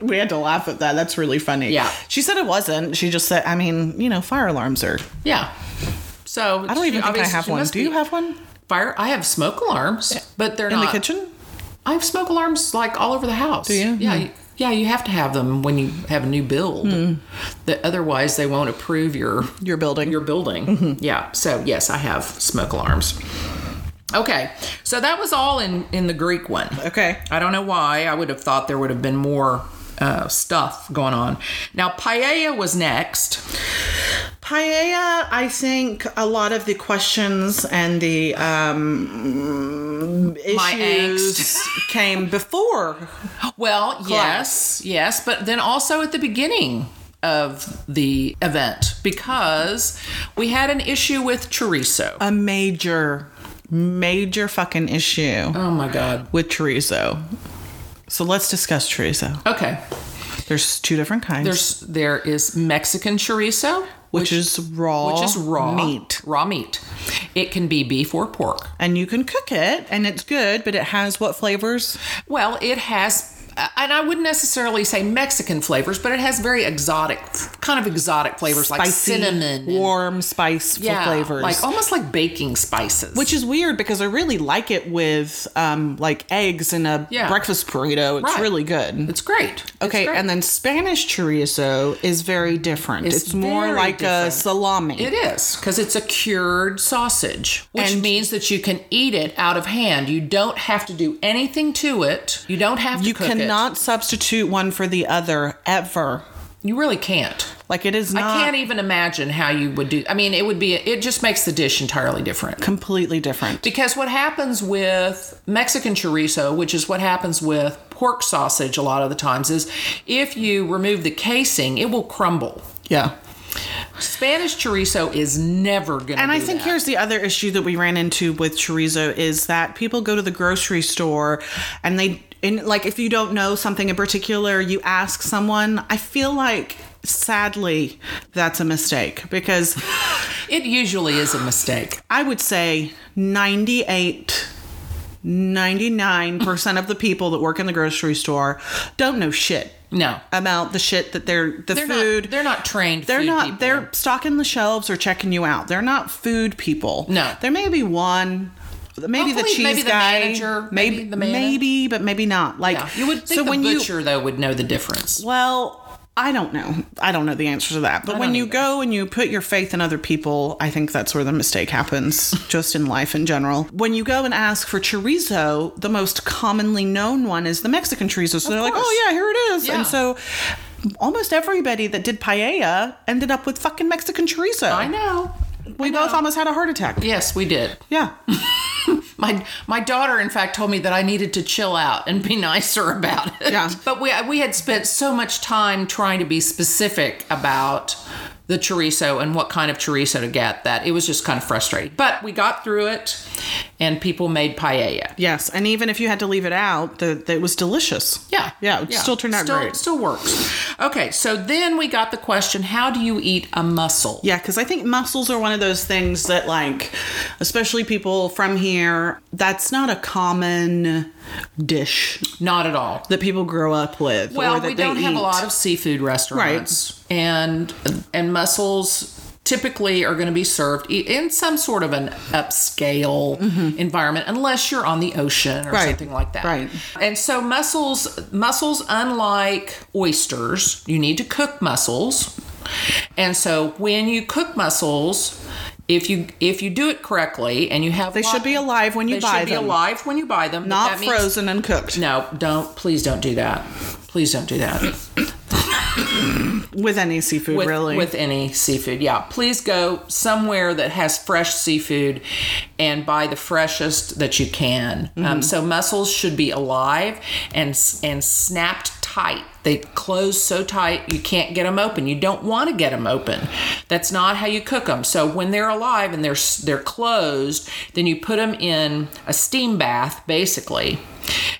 Speaker 3: We had to laugh at that. That's really funny.
Speaker 1: Yeah.
Speaker 3: She said it wasn't. She just said, I mean, you know, fire alarms are.
Speaker 1: yeah. So
Speaker 3: I don't even think I have one. Do you have one
Speaker 1: fire? I have smoke alarms, but they're
Speaker 3: in
Speaker 1: not
Speaker 3: the kitchen?
Speaker 1: I have smoke alarms like all over the house. Do
Speaker 3: you? Hmm.
Speaker 1: Yeah. you- yeah, you have to have them when you have a new build. That otherwise they won't approve your
Speaker 3: Your Hmm. building. Mm-hmm.
Speaker 1: your building. Yeah. So yes, I have smoke alarms. Okay. So that was all in in the Greek one.
Speaker 3: Okay.
Speaker 1: I don't know why. I would have thought there would have been more uh, stuff going on. Now paella was next.
Speaker 3: Paella, I think a lot of the questions and the um,
Speaker 1: My
Speaker 3: issues came before.
Speaker 1: Well, yes, yes, but then also at the beginning of the event because we had an issue with chorizo.
Speaker 3: A major, major fucking issue
Speaker 1: oh my god.
Speaker 3: with chorizo. So let's discuss chorizo.
Speaker 1: Okay.
Speaker 3: There's two different kinds,
Speaker 1: There's there is Mexican chorizo,
Speaker 3: which, is raw,
Speaker 1: which is raw
Speaker 3: meat,
Speaker 1: Raw meat. It can be beef or pork.
Speaker 3: and you can cook it, and it's good, but it has what flavors?
Speaker 1: Well, it has uh, and I wouldn't necessarily say Mexican flavors, but it has very exotic, kind of exotic flavors like
Speaker 3: Spicy,
Speaker 1: cinnamon, and-
Speaker 3: warm, spice
Speaker 1: yeah,
Speaker 3: flavors,
Speaker 1: like almost like baking spices.
Speaker 3: Which is weird because I really like it with um, like eggs in a
Speaker 1: Yeah.
Speaker 3: breakfast burrito. It's
Speaker 1: Right.
Speaker 3: really good.
Speaker 1: it's great. It's
Speaker 3: okay,
Speaker 1: great.
Speaker 3: and then Spanish chorizo is very different. It's,
Speaker 1: It's
Speaker 3: more
Speaker 1: very
Speaker 3: like a
Speaker 1: different.
Speaker 3: salami.
Speaker 1: It is because it's a cured sausage, which
Speaker 3: And-
Speaker 1: means that you can eat it out of hand. You don't have to do anything to it. You don't have to.
Speaker 3: you
Speaker 1: cook it.
Speaker 3: cannot substitute one for the other ever.
Speaker 1: You really can't.
Speaker 3: Like it is
Speaker 1: I
Speaker 3: not
Speaker 1: can't even imagine how you would do. I mean, it would be. It just makes the dish entirely different.
Speaker 3: completely different.
Speaker 1: Because what happens with Mexican chorizo, which is what happens with pork sausage a lot of the times, is if you remove the casing, it will crumble.
Speaker 3: Yeah.
Speaker 1: Spanish chorizo is never going to
Speaker 3: And I think
Speaker 1: that.
Speaker 3: here's the other issue that we ran into with chorizo is that people go to the grocery store and they and like if you don't know something in particular, you ask someone. I feel like sadly that's a mistake because
Speaker 1: It usually is a mistake.
Speaker 3: I would say 98 99% of the people that work in the grocery store don't know shit
Speaker 1: No.
Speaker 3: about the shit that they're the
Speaker 1: They're
Speaker 3: food
Speaker 1: not they're not trained
Speaker 3: they're
Speaker 1: food
Speaker 3: not
Speaker 1: people.
Speaker 3: they're stocking the shelves or checking you out they're not food people
Speaker 1: No.
Speaker 3: there may be one maybe the
Speaker 1: Hopefully,
Speaker 3: cheese
Speaker 1: maybe the
Speaker 3: guy
Speaker 1: manager,
Speaker 3: maybe
Speaker 1: maybe the man-
Speaker 3: maybe but maybe not like
Speaker 1: Yeah. You would think
Speaker 3: so
Speaker 1: the
Speaker 3: when you
Speaker 1: butcher though would know the difference.
Speaker 3: well, I don't know. I don't know the answer to that. But when
Speaker 1: don't
Speaker 3: you
Speaker 1: either.
Speaker 3: go and you put your faith in other people, I think that's where the mistake happens, just in life in general. When you go and ask for chorizo, the most commonly known one is the Mexican chorizo. So they're like,
Speaker 1: course.
Speaker 3: oh, yeah, here it is.
Speaker 1: Yeah.
Speaker 3: And so almost everybody that did paella ended up with fucking Mexican chorizo.
Speaker 1: I know.
Speaker 3: We both almost had a heart attack.
Speaker 1: Yes, we did.
Speaker 3: Yeah.
Speaker 1: My my daughter, in fact, told me that I needed to chill out and be nicer about it.
Speaker 3: Yeah.
Speaker 1: But we we had spent so much time trying to be specific about the chorizo and what kind of chorizo to get that it was just kind of frustrating. But we got through it, and people made paella.
Speaker 3: yes. And even if you had to leave it out, the, the, it was delicious.
Speaker 1: Yeah.
Speaker 3: Yeah. It still turned out
Speaker 1: still,
Speaker 3: great.
Speaker 1: Still works. Okay, so then we got the question: How do you eat a mussel?
Speaker 3: Yeah, because I think mussels are one of those things that, like, especially people from here, that's not a common dish
Speaker 1: Not at all.
Speaker 3: that people grow up with. or
Speaker 1: Well,
Speaker 3: that
Speaker 1: we
Speaker 3: they
Speaker 1: don't have a
Speaker 3: eat.
Speaker 1: lot of seafood restaurants, and and mussels typically are going to be served i- in some sort of an upscale environment, unless you're on the ocean or
Speaker 3: Mm-hmm. Right.
Speaker 1: something like that.
Speaker 3: Right.
Speaker 1: And so mussels, mussels, unlike oysters, you need to cook mussels, and so when you cook mussels. If you if you do it correctly and you have
Speaker 3: They should be alive when you
Speaker 1: they
Speaker 3: buy
Speaker 1: should be
Speaker 3: them.
Speaker 1: alive when you buy them but
Speaker 3: Not
Speaker 1: that means-
Speaker 3: frozen and cooked
Speaker 1: no, don't. Please don't do that. Please don't do that.
Speaker 3: with any seafood,
Speaker 1: With,
Speaker 3: really.
Speaker 1: With any seafood. Yeah. Please go somewhere that has fresh seafood and buy the freshest that you can.
Speaker 3: Mm-hmm.
Speaker 1: Um, so mussels should be alive and, s- and snapped tight. They close so tight you can't get them open. You don't want to get them open. That's not how you cook them. So when they're alive and they're s- they're closed, then you put them in a steam bath basically.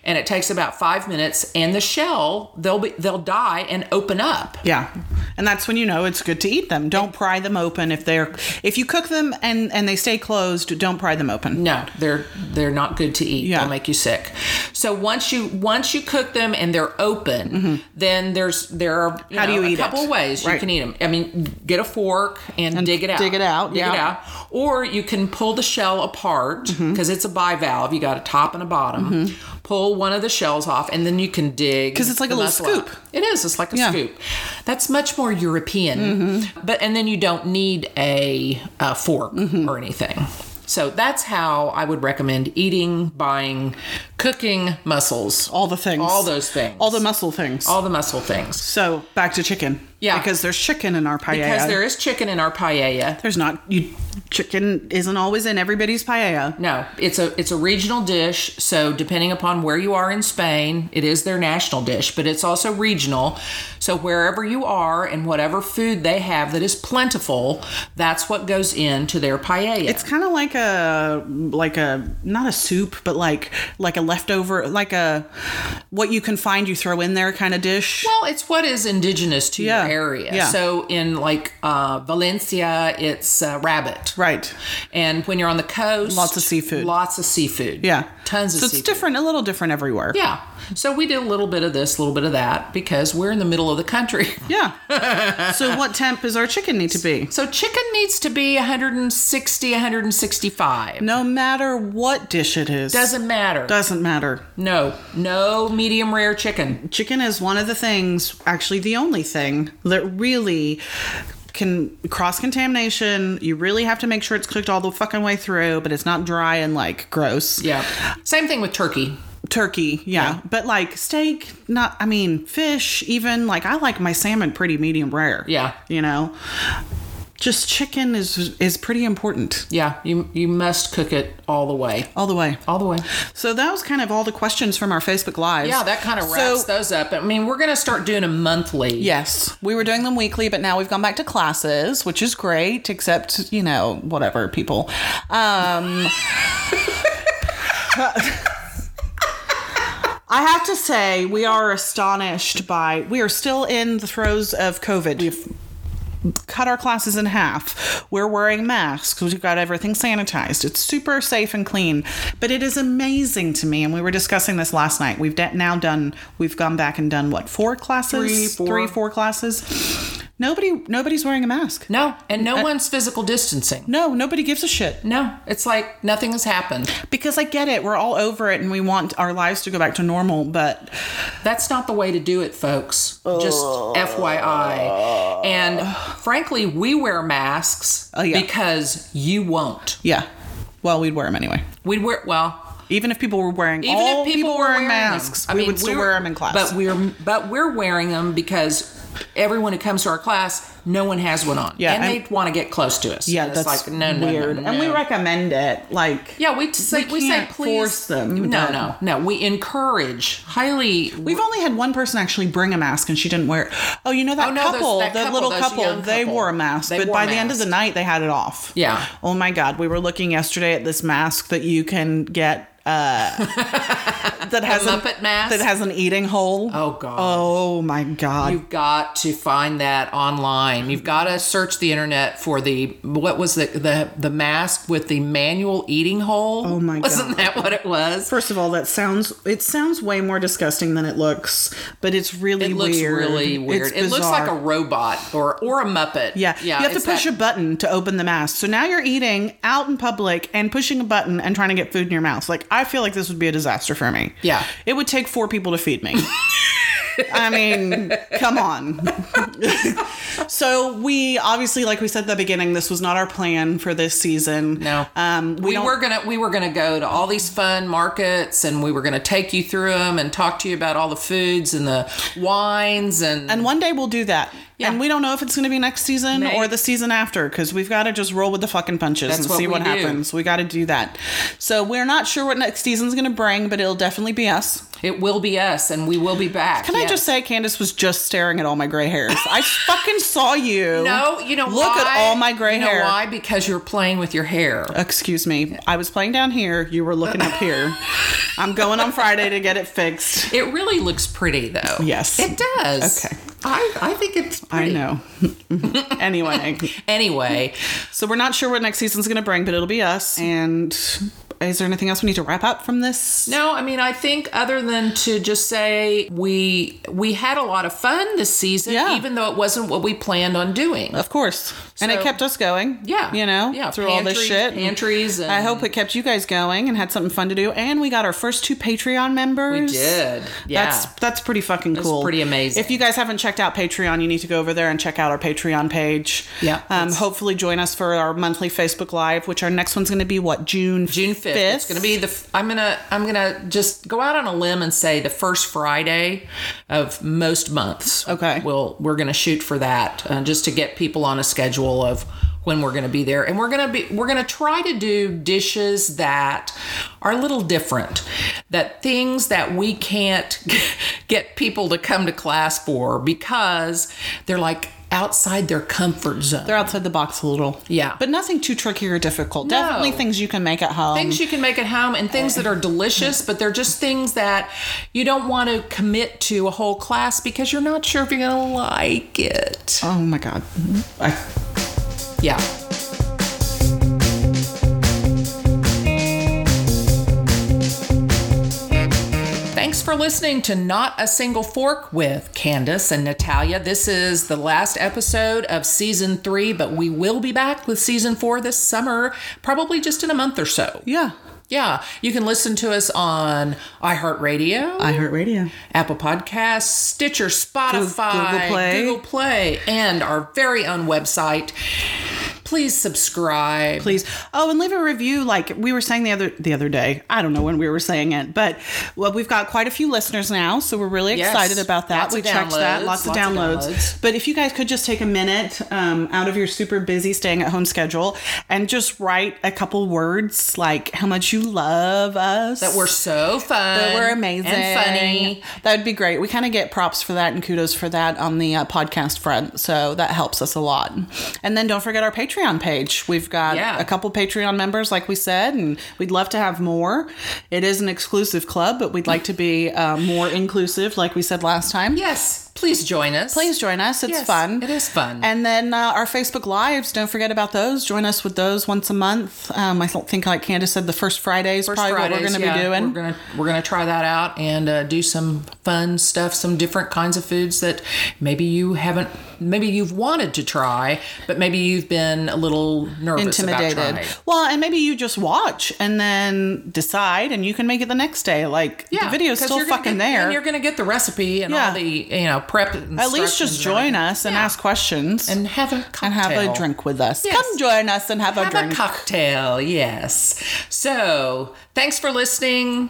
Speaker 1: And it takes about 5 minutes and the shell they'll be they'll die and open up.
Speaker 3: yeah. And that's when you know it's good to eat them. Don't pry them open if they're if you cook them and and they stay closed, don't pry them open.
Speaker 1: No, they're they're not good to eat.
Speaker 3: Yeah.
Speaker 1: They'll make you sick. So once you once you cook them and they're open, then there's there are you
Speaker 3: How do
Speaker 1: know,
Speaker 3: you eat
Speaker 1: a couple
Speaker 3: it?
Speaker 1: ways you
Speaker 3: Right.
Speaker 1: can eat them. I mean, get a fork and, dig it out.
Speaker 3: dig it out,
Speaker 1: Dig it
Speaker 3: yeah. Mm-hmm.
Speaker 1: out. Or you can pull the shell apart because it's a bivalve. You got a top and a bottom. Pull one of the shells off, and then you can dig
Speaker 3: 'Cause it's like
Speaker 1: the
Speaker 3: a little
Speaker 1: mussel out.
Speaker 3: scoop.
Speaker 1: It is. It's like a
Speaker 3: Yeah. Mm-hmm.
Speaker 1: scoop. That's much more European. But and then you don't need a, uh fork
Speaker 3: Mm-hmm.
Speaker 1: or anything. So that's how I would recommend eating, buying, cooking mussels, all,
Speaker 3: All the things.
Speaker 1: those things,
Speaker 3: all the muscle things.
Speaker 1: all the mussel things.
Speaker 3: so back to chicken.
Speaker 1: Yeah.
Speaker 3: Because there's chicken in our paella.
Speaker 1: Because there is chicken in our paella.
Speaker 3: There's not you chicken isn't always in everybody's paella.
Speaker 1: No, it's a it's a regional dish. So depending upon where you are in Spain, it is their national dish, but it's also regional. So wherever you are and whatever food they have that is plentiful, that's what goes into their paella.
Speaker 3: It's kind of like a like a not a soup, but like like a leftover like a what you can find you throw in there kind of dish.
Speaker 1: Well, it's what is indigenous to
Speaker 3: Yeah,
Speaker 1: your area.
Speaker 3: yeah.
Speaker 1: So in like uh, Valencia, it's uh, rabbit.
Speaker 3: Right.
Speaker 1: And when you're on the coast,
Speaker 3: Lots of seafood.
Speaker 1: Lots of seafood.
Speaker 3: Yeah.
Speaker 1: Tons of
Speaker 3: so it's
Speaker 1: seafood.
Speaker 3: different, a little different everywhere.
Speaker 1: Yeah. So we did a little bit of this, a little bit of that because we're in the middle of the country.
Speaker 3: Yeah. so what temp does our chicken need to be?
Speaker 1: So chicken needs to be 160, 165.
Speaker 3: No matter what dish it is.
Speaker 1: Doesn't matter.
Speaker 3: doesn't matter.
Speaker 1: no, no medium rare chicken.
Speaker 3: Chicken is one of the things, actually the only thing that really can cross contamination. You really have to make sure it's cooked all the fucking way through, but it's not dry and like gross.
Speaker 1: Yeah. Same thing with turkey.
Speaker 3: turkey yeah. but like steak not i mean fish even like i like my salmon pretty medium rare
Speaker 1: Yeah.
Speaker 3: you know just chicken is is pretty important
Speaker 1: Yeah. You, you must cook it all the way.
Speaker 3: all the way
Speaker 1: All the way.
Speaker 3: so that was kind of all the questions from our facebook lives
Speaker 1: Yeah, that kind of wraps
Speaker 3: so,
Speaker 1: those up. I mean, we're going to start doing them monthly.
Speaker 3: yes we were doing them weekly but now we've gone back to classes which is great except you know whatever people um I have to say, we are astonished by. We are still in the throes of COVID. We've cut our classes in half. We're wearing masks. We've got everything sanitized. It's super safe and clean. But it is amazing to me. And we were discussing this last night. We've de- now done, we've gone back and done what, four classes?
Speaker 1: Three, four.
Speaker 3: Three, four classes. Nobody, nobody's wearing a mask.
Speaker 1: No, and
Speaker 3: Uh,
Speaker 1: no one's physical distancing.
Speaker 3: No, nobody gives a shit.
Speaker 1: No, it's like nothing has happened.
Speaker 3: Because I get it. We're all over it and we want our lives to go back to normal. But
Speaker 1: That's not the way to do it, folks. Just FYI. And frankly, we wear masks
Speaker 3: Oh, yeah.
Speaker 1: because you won't.
Speaker 3: yeah, well, we'd wear them anyway.
Speaker 1: We wear well.
Speaker 3: Even if people were wearing,
Speaker 1: Even
Speaker 3: all
Speaker 1: if people, were wearing
Speaker 3: wearing masks,
Speaker 1: them.
Speaker 3: we would still
Speaker 1: we're-
Speaker 3: wear them in class.
Speaker 1: But we're but we're wearing them because everyone who comes to our class, no one has one on.
Speaker 3: Yeah,
Speaker 1: and
Speaker 3: and-
Speaker 1: they want to get close to us.
Speaker 3: yeah,
Speaker 1: And it's
Speaker 3: that's
Speaker 1: like no, no,
Speaker 3: weird.
Speaker 1: no, no,
Speaker 3: And we
Speaker 1: no.
Speaker 3: recommend it. Like,
Speaker 1: Yeah, we t- say
Speaker 3: we
Speaker 1: we, say
Speaker 3: can't
Speaker 1: please
Speaker 3: force them,
Speaker 1: No,
Speaker 3: but-
Speaker 1: no, no. We encourage highly.
Speaker 3: We've only had one person actually bring a mask and she didn't wear it. Oh, you know that
Speaker 1: Oh, no, those-
Speaker 3: couple,
Speaker 1: that
Speaker 3: the
Speaker 1: couple,
Speaker 3: little
Speaker 1: those
Speaker 3: couple,
Speaker 1: young
Speaker 3: they
Speaker 1: couple.
Speaker 3: wore a mask,
Speaker 1: They
Speaker 3: but
Speaker 1: wore
Speaker 3: by
Speaker 1: a
Speaker 3: the end of the
Speaker 1: mask.
Speaker 3: night they had it off.
Speaker 1: Yeah.
Speaker 3: Oh my god, we were looking yesterday at this mask that you can get uh that has an-
Speaker 1: Muppet mask?
Speaker 3: that has an eating hole.
Speaker 1: Oh, God.
Speaker 3: Oh my god.
Speaker 1: You've got to find that online. You've got to search the internet for the what was the the, the mask with the manual eating hole. Oh
Speaker 3: my
Speaker 1: Wasn't that what it was?
Speaker 3: First of all, that sounds it sounds way more disgusting than it looks, but it's really
Speaker 1: It looks
Speaker 3: weird.
Speaker 1: really weird.
Speaker 3: It's
Speaker 1: it looks like a
Speaker 3: bizarre.
Speaker 1: robot or or a Muppet.
Speaker 3: yeah. you have to
Speaker 1: it's
Speaker 3: push
Speaker 1: that-
Speaker 3: a button to open the mask. So now you're eating out in public and pushing a button and trying to get food in your mouth. Like I feel like this would be a disaster for me.
Speaker 1: Yeah.
Speaker 3: It would take four people to feed me. I mean, come on. so we obviously, like we said at the beginning, this was not our plan for this season.
Speaker 1: No.
Speaker 3: Um, we,
Speaker 1: we
Speaker 3: don't-
Speaker 1: were gonna we were gonna go to all these fun markets and we were gonna take you through them and talk to you about all the foods and the wines and
Speaker 3: And one day we'll do that. And we don't know if it's going to be next season
Speaker 1: May.
Speaker 3: or the season after because we've got to just roll with the fucking punches
Speaker 1: That's
Speaker 3: and
Speaker 1: what
Speaker 3: see
Speaker 1: we
Speaker 3: what
Speaker 1: do.
Speaker 3: happens. We got to do that. So we're not sure what next season's going to bring, but it'll definitely be us.
Speaker 1: it will be us and we will be back.
Speaker 3: Can I just say, Candace was just staring at all my gray hairs. I fucking saw you.
Speaker 1: no? You know
Speaker 3: look at
Speaker 1: why?
Speaker 3: all my gray
Speaker 1: You know
Speaker 3: hair.
Speaker 1: why? Because you're playing with your hair.
Speaker 3: Excuse me. I was playing down here. You were looking up here. I'm going on Friday to get it fixed.
Speaker 1: It really looks pretty though.
Speaker 3: Yes.
Speaker 1: it does.
Speaker 3: Okay.
Speaker 1: I I think it's
Speaker 3: I
Speaker 1: pretty.
Speaker 3: know. anyway,
Speaker 1: Anyway,
Speaker 3: so we're not sure what next season's going to bring, but it'll be us. And is there anything else we need to wrap up from this?
Speaker 1: No, I mean I think other than to just say we we had a lot of fun this season,
Speaker 3: Yeah.
Speaker 1: even though it wasn't what we planned on doing.
Speaker 3: Of course. and it
Speaker 1: So-
Speaker 3: kept us going.
Speaker 1: Yeah.
Speaker 3: You know,
Speaker 1: Yeah,
Speaker 3: through all this
Speaker 1: pantries-
Speaker 3: shit.
Speaker 1: pantries and-
Speaker 3: I hope it kept you guys going and had something fun to do. And we got our first two Patreon members.
Speaker 1: We did. Yeah.
Speaker 3: That's that's pretty fucking cool.
Speaker 1: pretty amazing.
Speaker 3: If you guys haven't checked out Patreon, you need to go over there and check out our Patreon page.
Speaker 1: Yeah,
Speaker 3: Um,
Speaker 1: it's-
Speaker 3: hopefully join us for our monthly Facebook Live, which our next one's going to be what June
Speaker 1: June fifth. It's going to be the. f- I'm gonna. I'm gonna just go out on a limb and say the first Friday of most months.
Speaker 3: Okay.
Speaker 1: We'll we're gonna shoot for that uh, just to get people on a schedule of when we're gonna be there, and we're gonna be we're gonna try to do dishes that are a little different, that things that we can't get people to come to class for because they're like outside their comfort zone.
Speaker 3: They're outside the box a little.
Speaker 1: Yeah.
Speaker 3: But nothing too tricky or difficult. Definitely things you can make at home.
Speaker 1: things you can make at home and things that are delicious, but they're just things that you don't want to commit to a whole class because you're not sure if you're going to like it.
Speaker 3: oh my God. I-
Speaker 1: Yeah. Thanks for listening to Not a Single Fork with Candace and Natalia. This is the last episode of season three, but we will be back with season four this summer, probably just in a month or so.
Speaker 3: yeah.
Speaker 1: Yeah, you can listen to us on iHeartRadio,
Speaker 3: iHeartRadio.
Speaker 1: Apple Podcasts, Stitcher, Spotify,
Speaker 3: Google Play.
Speaker 1: Google Play, and our very own website. Please subscribe.
Speaker 3: please. Oh, and leave a review. Like we were saying the other the other day, I don't know when we were saying it, but well, we've got quite a few listeners now, so we're really
Speaker 1: Yes.
Speaker 3: excited about that.
Speaker 1: Lots
Speaker 3: we
Speaker 1: of
Speaker 3: checked that,
Speaker 1: downloads,
Speaker 3: lots,
Speaker 1: lots
Speaker 3: of,
Speaker 1: of
Speaker 3: downloads.
Speaker 1: downloads.
Speaker 3: But if you guys could just take a minute um, out of your super busy staying at home schedule and just write a couple words like how much you love us.
Speaker 1: That we're so fun.
Speaker 3: That we're amazing
Speaker 1: and funny.
Speaker 3: That would be great. We kind of get props for that and kudos for that on the uh, podcast front, so that helps us a lot. And then don't forget our Patreon page. We've got
Speaker 1: Yeah.
Speaker 3: a couple Patreon members, like we said, and we'd love to have more. It is an exclusive club, but we'd like to be uh, more inclusive, like we said last time.
Speaker 1: Yes.
Speaker 4: Please join us.
Speaker 3: please join us. It's
Speaker 4: Yes,
Speaker 3: fun.
Speaker 4: it is fun.
Speaker 3: And then uh, our Facebook Lives, don't forget about those. Join us with those once a month. Um, I don't think, like Candace said, the first Friday is probably what we're going to
Speaker 4: yeah,
Speaker 3: be doing.
Speaker 4: We're gonna we're gonna try that out and uh, do some fun stuff, some different kinds of foods that maybe you haven't, maybe you've wanted to try, but maybe you've been a little nervous about
Speaker 3: intimidated.
Speaker 4: trying.
Speaker 3: Well, and maybe you just watch and then decide, and you can make it the next day. Like the video's
Speaker 4: 'cause
Speaker 3: still
Speaker 4: you're gonna
Speaker 3: fucking
Speaker 4: get-
Speaker 3: there.
Speaker 4: And you're gonna get the recipe and
Speaker 3: Yeah.
Speaker 4: all the you know prep.
Speaker 3: At least just join us and ask questions
Speaker 4: and have a cocktail.
Speaker 3: and have a drink with us.
Speaker 4: Yes.
Speaker 3: Come join us and have, a
Speaker 4: Have
Speaker 3: drink.
Speaker 4: a cocktail. Yes. So thanks for listening.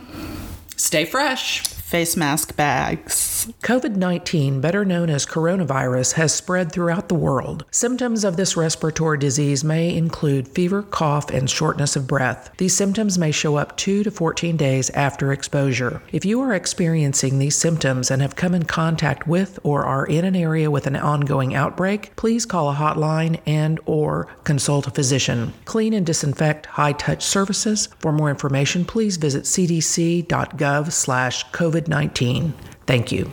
Speaker 4: Stay fresh.
Speaker 3: Face mask bags.
Speaker 1: COVID 19, better known as coronavirus, has spread throughout the world. Symptoms of this respiratory disease may include fever, cough, and shortness of breath. These symptoms may show up 2 to 14 days after exposure. If you are experiencing these symptoms and have come in contact with or are in an area with an ongoing outbreak, please call a hotline and or consult a physician. Clean and disinfect high-touch surfaces. For more information, please visit cdc.gov/covid19. Thank you.